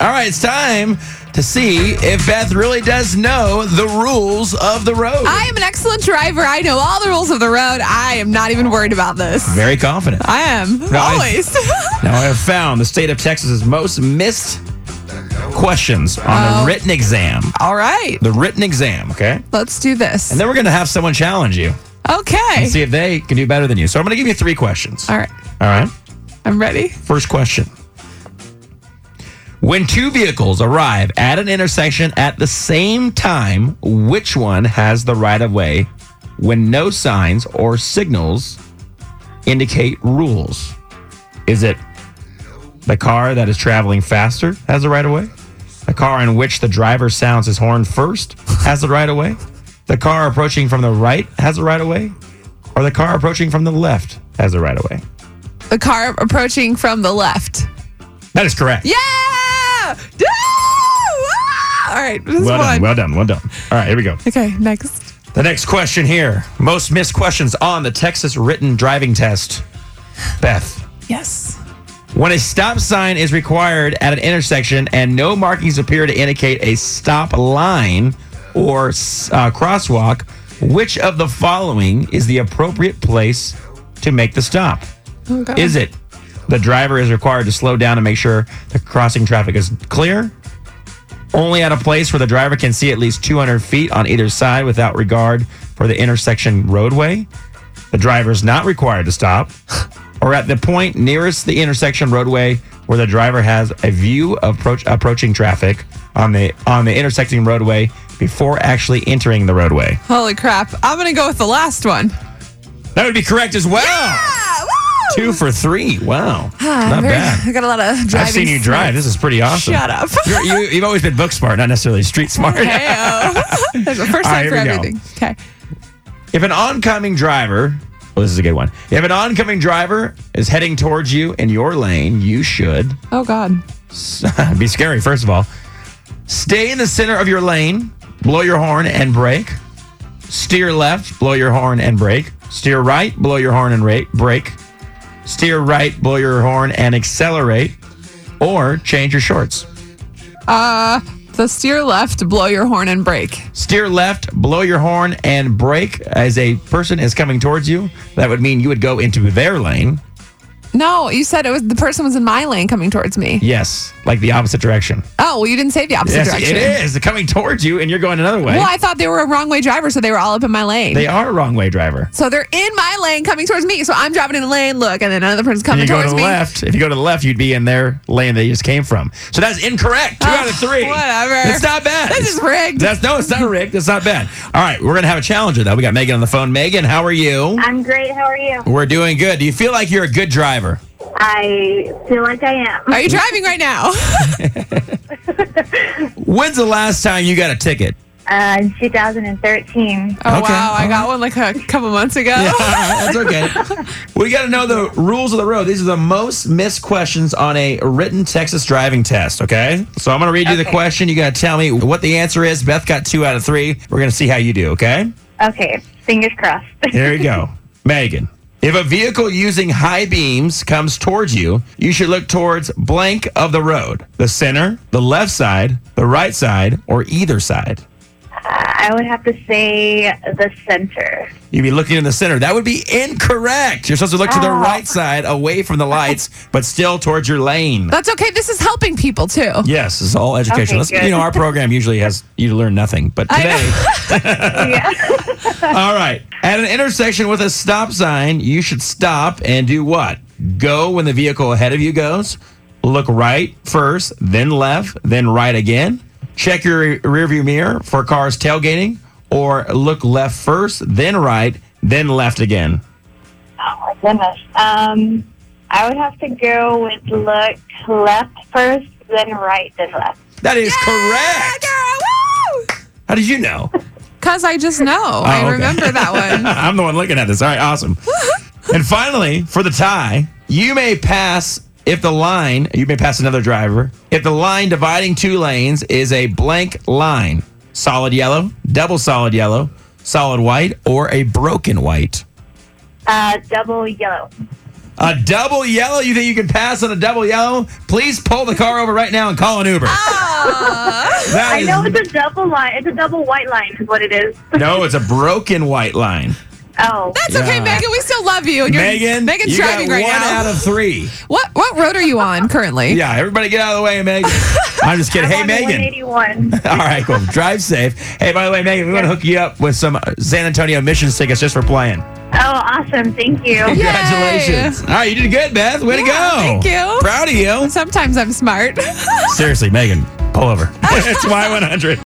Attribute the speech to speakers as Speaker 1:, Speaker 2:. Speaker 1: All right, it's time to see if Beth really does know the rules of the road.
Speaker 2: I am an excellent driver. I know all the rules of the road. I am not even worried about this.
Speaker 1: Very confident.
Speaker 2: I am
Speaker 1: I-
Speaker 2: always.
Speaker 1: Now, I have found the state of Texas's most missed questions on the
Speaker 2: Oh.
Speaker 1: written exam.
Speaker 2: all right,
Speaker 1: The written exam, okay?
Speaker 2: let's do this.
Speaker 1: And then we're going to have someone challenge you
Speaker 2: Okay.
Speaker 1: and see if they can do better than you. So I'm going to give you three questions.
Speaker 2: All right,
Speaker 1: All right.
Speaker 2: I'm ready.
Speaker 1: First question. When two vehicles arrive at an intersection at the same time, which one has the right of way when no signs or signals indicate rules? Is it the car that is traveling faster has the right of way? The car in which the driver sounds his horn first has the right of way? The car approaching from the right has the right of way? Or the car approaching from the left has the right of way?
Speaker 2: The car approaching from the left.
Speaker 1: That is correct.
Speaker 2: Yeah. Woo! Ah! All right, this is
Speaker 1: Well
Speaker 2: one.
Speaker 1: done, well done, well done. All right, here we go.
Speaker 2: okay, next.
Speaker 1: The next question here. Most missed questions on the Texas written driving test. Beth,
Speaker 2: Yes.
Speaker 1: when a stop sign is required at an intersection and no markings appear to indicate a stop line or s- uh, crosswalk, which of the following is the appropriate place to make the stop?
Speaker 2: Oh, God.
Speaker 1: Is it the driver is required to slow down to make sure the crossing traffic is clear? Only at a place where the driver can see at least 200 feet on either side without regard for the intersection roadway? The driver is not required to stop. Or at the point nearest the intersection roadway where the driver has a view of approach, approaching traffic on the on the intersecting roadway before actually entering the roadway.
Speaker 2: Holy crap! I'm gonna go with the last one.
Speaker 1: That would be correct as well.
Speaker 2: Ah, woo!
Speaker 1: Oh. Two for three. Wow,
Speaker 2: Ah,
Speaker 1: not
Speaker 2: very-
Speaker 1: bad.
Speaker 2: I got a lot of driving.
Speaker 1: I've seen you drive. This is pretty awesome.
Speaker 2: Shut up.
Speaker 1: You're, you, you've always been book smart, not necessarily street smart.
Speaker 2: Heyo. There's a first
Speaker 1: All right,
Speaker 2: time
Speaker 1: here
Speaker 2: for
Speaker 1: we go.
Speaker 2: everything. Okay.
Speaker 1: if an oncoming driver, well, this is a good one. If an oncoming driver is heading towards you in your lane, you should
Speaker 2: Oh God.
Speaker 1: be scary, first of all. Stay in the center of your lane, blow your horn and brake. Steer left, blow your horn and brake. Steer right, blow your horn and ra- brake. Steer right, blow your horn and accelerate. Or change your shorts.
Speaker 2: Uh, the steer left, blow your horn and brake.
Speaker 1: steer left, blow your horn, and brake as a person is coming towards you. That would mean you would go into their lane.
Speaker 2: No, you said it was the person was in my lane coming towards me.
Speaker 1: Yes, like the opposite direction.
Speaker 2: Oh, well, you didn't say the opposite
Speaker 1: Yes,
Speaker 2: direction.
Speaker 1: it is. They're coming towards you, and you're going another way.
Speaker 2: Well, I thought they were a wrong way driver, so they were all up in my lane.
Speaker 1: They are a wrong way driver.
Speaker 2: so they're in my lane coming towards me. So I'm driving in the lane. Look, and then another person's
Speaker 1: And
Speaker 2: coming
Speaker 1: you go to
Speaker 2: towards
Speaker 1: the
Speaker 2: me.
Speaker 1: left. If you go to the left, you'd be in their lane that you just came from. So that's incorrect. Two
Speaker 2: Ah,
Speaker 1: out of three.
Speaker 2: whatever.
Speaker 1: It's not bad.
Speaker 2: This is rigged.
Speaker 1: That's no, it's not rigged. It's not bad. All right, we're gonna have a challenger though. We got Megan on the phone. Megan, how are you?
Speaker 3: I'm great. How are you?
Speaker 1: We're doing good. Do you feel like you're a good driver?
Speaker 3: I feel like I am.
Speaker 2: Are you driving right now?
Speaker 1: When's the last time you got a ticket?
Speaker 3: Uh, in 2013.
Speaker 2: Oh
Speaker 1: Okay,
Speaker 2: wow,
Speaker 1: all
Speaker 2: I got one like a couple months ago.
Speaker 1: That's okay. We got to know the rules of the road. These are the most missed questions on a written Texas driving test, okay? So I'm going to read you the
Speaker 3: Okay.
Speaker 1: question. You got to tell me what the answer is. Beth got two out of three. We're going to see how you do, okay?
Speaker 3: Okay, fingers crossed.
Speaker 1: Here we go. Megan. If a vehicle using high beams comes towards you, you should look towards blank of the road the center, the left side, the right side, or either side.
Speaker 3: I would have to say the center.
Speaker 1: You'd be looking in the center. That would be incorrect. You're supposed to look to the
Speaker 3: Oh.
Speaker 1: right side, away from the lights, but still towards your lane.
Speaker 2: That's okay. This is helping people too.
Speaker 1: Yes, it's all educational.
Speaker 3: Okay,
Speaker 1: That's- you know,
Speaker 3: good.
Speaker 1: our program usually has you learn nothing, but
Speaker 2: I know.
Speaker 1: today,
Speaker 3: yeah.
Speaker 1: all right. At an intersection with a stop sign, you should stop and do what? Go when the vehicle ahead of you goes. Look right first, then left, then right again. Check your re- rearview mirror for cars tailgating, or look left first, then right, then left again.
Speaker 3: Oh my goodness. Um, I would have to go with look left first, then right, then left.
Speaker 1: That is correct.
Speaker 2: Yeah, girl,
Speaker 1: How did you know?
Speaker 2: Cause I just know. I
Speaker 1: Oh, okay.
Speaker 2: remember that one.
Speaker 1: I'm the one looking at this. All right, awesome. and finally, for the tie, you may pass if the line, you may pass another driver, if the line dividing two lanes is a blank line solid yellow, double solid yellow, solid white, or a broken white.
Speaker 3: Uh, double yellow.
Speaker 1: A double yellow? You think you can pass on a double yellow? Please pull the car over right now and call an Uber.
Speaker 2: Ah.
Speaker 1: That
Speaker 3: I
Speaker 1: is-
Speaker 3: know it's a double line. It's a double white line, is what it is.
Speaker 1: no, it's a broken white line.
Speaker 3: Oh,
Speaker 2: that's okay,
Speaker 1: Yeah.
Speaker 2: Megan. We still love you. And you're-
Speaker 1: Megan,
Speaker 2: Megan's
Speaker 1: you
Speaker 2: driving
Speaker 1: got
Speaker 2: right
Speaker 1: one
Speaker 2: now.
Speaker 1: out of three.
Speaker 2: what what road are you on currently?
Speaker 1: Yeah, everybody get out of the way, Megan. I'm just kidding.
Speaker 3: I'm
Speaker 1: hey,
Speaker 3: on
Speaker 1: Megan.
Speaker 3: 181.
Speaker 1: All right, cool. Drive safe. Hey, by the way, Megan, we want to hook you up with some uh, San Antonio missions tickets just for playing.
Speaker 3: oh, awesome! Thank you.
Speaker 2: Yeah.
Speaker 1: Congratulations. All right, you did good, Beth. Way to
Speaker 2: Yeah,
Speaker 1: go.
Speaker 2: thank you.
Speaker 1: Proud of you.
Speaker 2: Sometimes I'm smart.
Speaker 1: Seriously, Megan, pull over. it's Y100.